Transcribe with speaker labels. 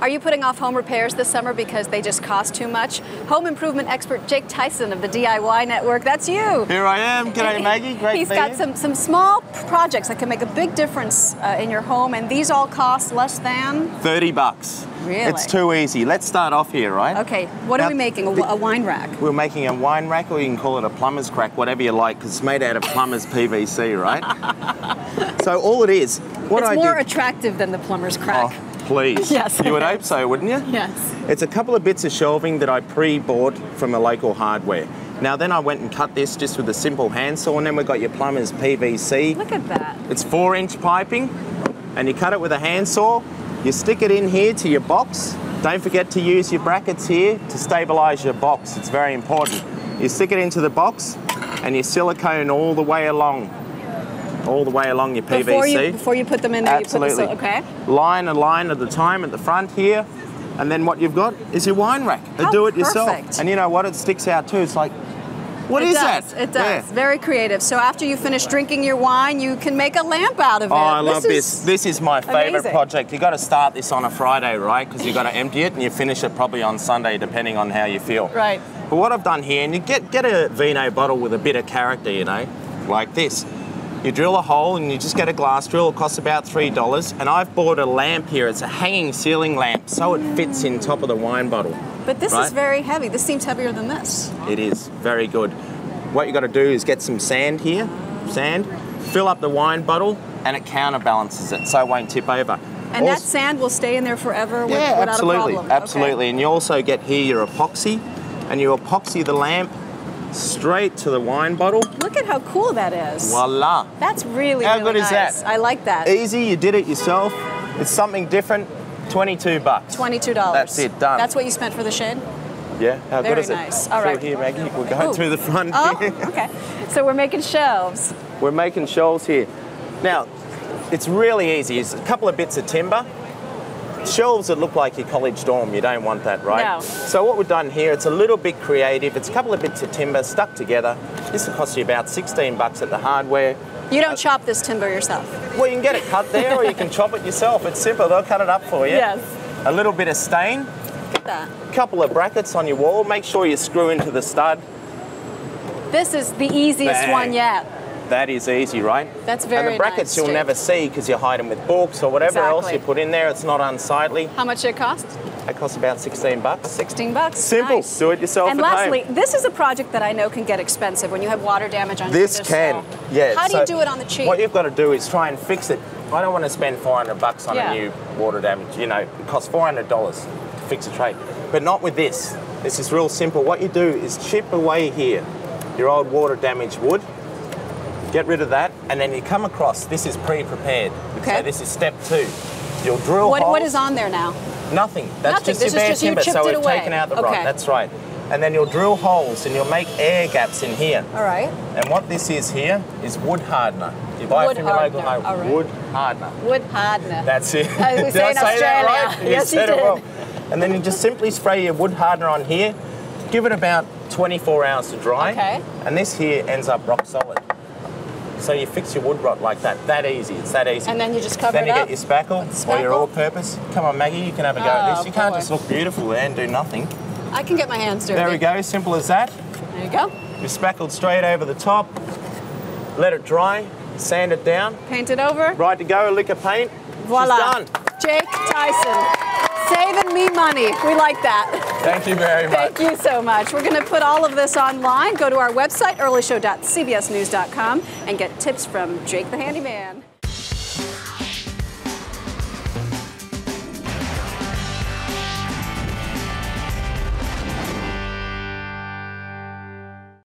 Speaker 1: Are you putting off home repairs this summer because they just cost too much? Home improvement expert Jake Tyson of the DIY Network, that's you.
Speaker 2: Here I am. G'day, Maggie. Great
Speaker 1: He's
Speaker 2: to be
Speaker 1: got
Speaker 2: here.
Speaker 1: some, some small projects that can make a big difference uh, in your home, and these all cost less than.
Speaker 2: 30 bucks.
Speaker 1: Really?
Speaker 2: It's too easy. Let's start off here, right?
Speaker 1: Okay, what are
Speaker 2: Now,
Speaker 1: we making? A,
Speaker 2: the-
Speaker 1: wi- a wine rack.
Speaker 2: We're making a wine rack, or you can call it a plumber's crack, whatever you like, because it's made out of plumber's PVC, right? so all it is, what
Speaker 1: it's
Speaker 2: I
Speaker 1: more
Speaker 2: did.
Speaker 1: attractive than the plumber's crack.
Speaker 2: oh, please.
Speaker 1: Yes,
Speaker 2: You would
Speaker 1: it
Speaker 2: hope so, wouldn't you?
Speaker 1: Yes.
Speaker 2: It's a couple of bits of shelving that I pre-bought from a local hardware. Now then I went and cut this just with a simple handsaw, and then we got your plumber's PVC.
Speaker 1: Look at that.
Speaker 2: It's four inch piping, and you cut it with a handsaw. You stick it in here to your box. Don't forget to use your brackets here to stabilize your box. It's very important. You stick it into the box, and you silicone all the way along, all the way along your PVC.
Speaker 1: Before you, before you put them in there, you
Speaker 2: Absolutely.
Speaker 1: put the sil- okay.
Speaker 2: Line a line at the time at the front here, and then what you've got is your wine rack.
Speaker 1: How
Speaker 2: do it yourself.
Speaker 1: Oh, perfect.
Speaker 2: And you know what? It sticks out too. It's like, what
Speaker 1: It
Speaker 2: is
Speaker 1: does.
Speaker 2: that?
Speaker 1: It
Speaker 2: Yeah.
Speaker 1: does. Very creative. So after you finish drinking your wine, you can make a lamp out of it.
Speaker 2: Oh, I love
Speaker 1: is-
Speaker 2: this. This is my favourite
Speaker 1: amazing.
Speaker 2: project. You got to start this on a Friday, right? Because you got to empty it and you finish it probably on Sunday, depending on how you feel.
Speaker 1: Right.
Speaker 2: But what I've done here, and you get get a vino bottle with a bit of character, you know, like this. You drill a hole and you just get a glass drill. It costs about three dollars. And I've bought a lamp here. It's a hanging ceiling lamp, so it fits in top of the wine bottle.
Speaker 1: But this is
Speaker 2: Right.
Speaker 1: very heavy. This seems heavier than this.
Speaker 2: It is very good. What you got to do is get some sand here, sand, fill up the wine bottle, and it counterbalances it, so it won't tip over.
Speaker 1: And that
Speaker 2: Also-
Speaker 1: sand will stay in there forever with-
Speaker 2: yeah,
Speaker 1: without
Speaker 2: absolutely,
Speaker 1: a problem. Okay.
Speaker 2: absolutely. And you also get here your epoxy, and you epoxy the lamp straight to the wine bottle.
Speaker 1: Look at how cool that is.
Speaker 2: Voila.
Speaker 1: That's really,
Speaker 2: How
Speaker 1: really
Speaker 2: good is
Speaker 1: nice.
Speaker 2: that?
Speaker 1: I like that.
Speaker 2: Easy, you did it yourself. It's something different. Twenty-two bucks.
Speaker 1: Twenty-two dollars.
Speaker 2: That's it, done.
Speaker 1: That's what you spent for the shed.
Speaker 2: Yeah, how
Speaker 1: Very
Speaker 2: good is
Speaker 1: nice.
Speaker 2: it?
Speaker 1: All
Speaker 2: Through
Speaker 1: right.
Speaker 2: here, Maggie. We're going
Speaker 1: Ooh.
Speaker 2: through the front.
Speaker 1: Oh,
Speaker 2: here.
Speaker 1: okay. So we're making shelves.
Speaker 2: We're making shoals here. Now, it's really easy. It's a couple of bits of timber. Shelves that look like your college dorm, you don't want that, right?
Speaker 1: No.
Speaker 2: So what we've done here, it's a little bit creative. It's a couple of bits of timber stuck together. This will cost you about 16 bucks at the hardware.
Speaker 1: You don't chop this timber yourself.
Speaker 2: Well, you can get it cut there or you can chop it yourself. It's simple, they'll cut it up for you.
Speaker 1: Yes.
Speaker 2: A little bit of stain,
Speaker 1: Look at that.
Speaker 2: a couple of brackets on your wall. Make sure you screw into the stud.
Speaker 1: This is the easiest
Speaker 2: Bang.
Speaker 1: one yet.
Speaker 2: That is easy, right?
Speaker 1: That's very
Speaker 2: And the brackets
Speaker 1: nice,
Speaker 2: you'll
Speaker 1: Jake.
Speaker 2: never see because you hide them with books or whatever else
Speaker 1: Exactly.
Speaker 2: you put in there. It's not unsightly.
Speaker 1: How much did it cost?
Speaker 2: That costs about 16 bucks.
Speaker 1: 16 bucks.
Speaker 2: Simple.
Speaker 1: Nice.
Speaker 2: Do it yourself
Speaker 1: And
Speaker 2: at home.
Speaker 1: lastly, this is a project that I know can get expensive when you have water damage on
Speaker 2: This
Speaker 1: your
Speaker 2: can,
Speaker 1: window sill.
Speaker 2: yeah.
Speaker 1: How do you
Speaker 2: so
Speaker 1: do it on the cheap?
Speaker 2: What you've got to do is try and fix it. I don't want to spend 400 bucks on
Speaker 1: Yeah.
Speaker 2: a new water damage. You know, it costs 400 dollars to fix a tray, but not with this. This is real simple. What you do is chip away here, your old water damage wood. Get rid of that, and then you come across. This is pre-prepared.
Speaker 1: Okay.
Speaker 2: So this is step two. You'll drill
Speaker 1: what,
Speaker 2: holes.
Speaker 1: what is on there now?
Speaker 2: Nothing.
Speaker 1: Nothing.
Speaker 2: That's just your
Speaker 1: This is
Speaker 2: bare
Speaker 1: just you
Speaker 2: timber.
Speaker 1: chipped
Speaker 2: so
Speaker 1: it
Speaker 2: we've
Speaker 1: away.
Speaker 2: taken out the
Speaker 1: Okay.
Speaker 2: rod. That's right. And then you'll drill holes and you'll make air gaps in here.
Speaker 1: All right.
Speaker 2: And what this is here is wood hardener. You buy
Speaker 1: Wood
Speaker 2: it from your local
Speaker 1: hardener.
Speaker 2: home.
Speaker 1: All right.
Speaker 2: Wood hardener.
Speaker 1: Wood hardener.
Speaker 2: That's it.
Speaker 1: As we
Speaker 2: did
Speaker 1: say
Speaker 2: I
Speaker 1: in
Speaker 2: say that
Speaker 1: Australia.
Speaker 2: right?
Speaker 1: Yes, you
Speaker 2: said
Speaker 1: did.
Speaker 2: it well. And then you just simply spray your wood hardener on here. Give it about 24 hours to dry.
Speaker 1: Okay.
Speaker 2: And this here ends up rock solid. So you fix your wood rot like that. That easy. It's that easy.
Speaker 1: And then you just cover
Speaker 2: Then
Speaker 1: it
Speaker 2: you
Speaker 1: up.
Speaker 2: get your spackle, or your
Speaker 1: Spackle.
Speaker 2: all-purpose. Come on, Maggie, you can have a go at
Speaker 1: Oh,
Speaker 2: this. You can't
Speaker 1: boy.
Speaker 2: just look beautiful there and do nothing.
Speaker 1: I can get my hands dirty.
Speaker 2: There we go. Simple as that.
Speaker 1: There you go.
Speaker 2: You spackled straight over the top. Let it dry. Sand it down.
Speaker 1: Paint it over.
Speaker 2: Right to go. A lick of paint.
Speaker 1: Voila.
Speaker 2: She's done.
Speaker 1: Jake Tyson. Saving me money. We like that.
Speaker 2: Thank you very much.
Speaker 1: Thank you so much. We're going to put all of this online. Go to our website, earlyshow.cbsnews.com, and get tips from Jake the Handyman.